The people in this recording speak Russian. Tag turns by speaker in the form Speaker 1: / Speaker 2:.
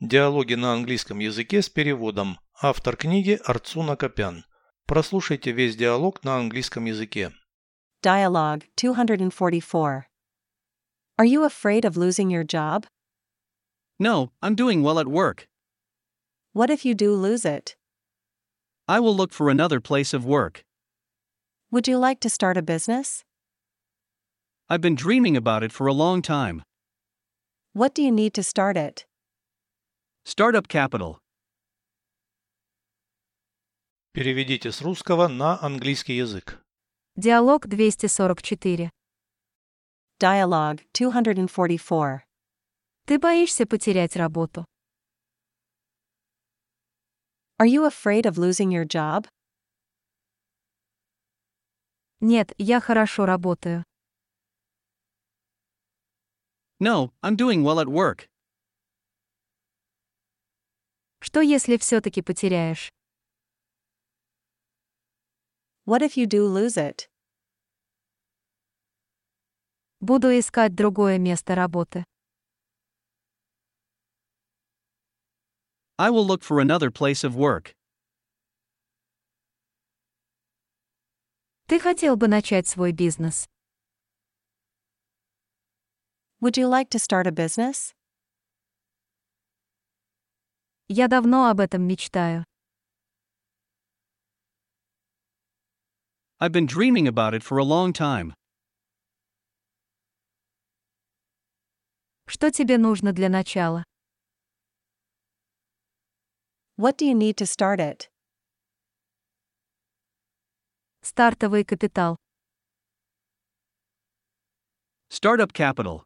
Speaker 1: Диалоги на английском языке с переводом. Автор книги Арцуна Копян. Прослушайте весь диалог на английском языке.
Speaker 2: Dialogue 244. Are you afraid of losing your job?
Speaker 3: No, I'm doing well at work.
Speaker 2: What if you do lose it?
Speaker 3: I will look for another place of work.
Speaker 2: Would you like to start a business?
Speaker 3: I've been dreaming about it for a long time.
Speaker 2: What do you need to start it?
Speaker 3: Startup capital.
Speaker 1: Переведите с русского на английский язык.
Speaker 4: Диалог 244.
Speaker 2: Dialogue 244.
Speaker 4: Ты боишься потерять работу.
Speaker 2: Are you afraid of losing your job?
Speaker 4: Нет, я хорошо работаю.
Speaker 3: No, I'm doing well at work.
Speaker 4: Что если все-таки потеряешь?
Speaker 2: What if you do lose it?
Speaker 4: Буду искать другое место работы.
Speaker 3: I will look for another place of work.
Speaker 4: Ты хотел бы начать свой бизнес.
Speaker 2: Would you like to start a business?
Speaker 4: Я давно об этом мечтаю.
Speaker 3: I've been dreaming about it for a long time.
Speaker 4: Что тебе нужно для начала?
Speaker 2: What do you need to start it?
Speaker 4: Стартовый капитал.
Speaker 3: Startup capital.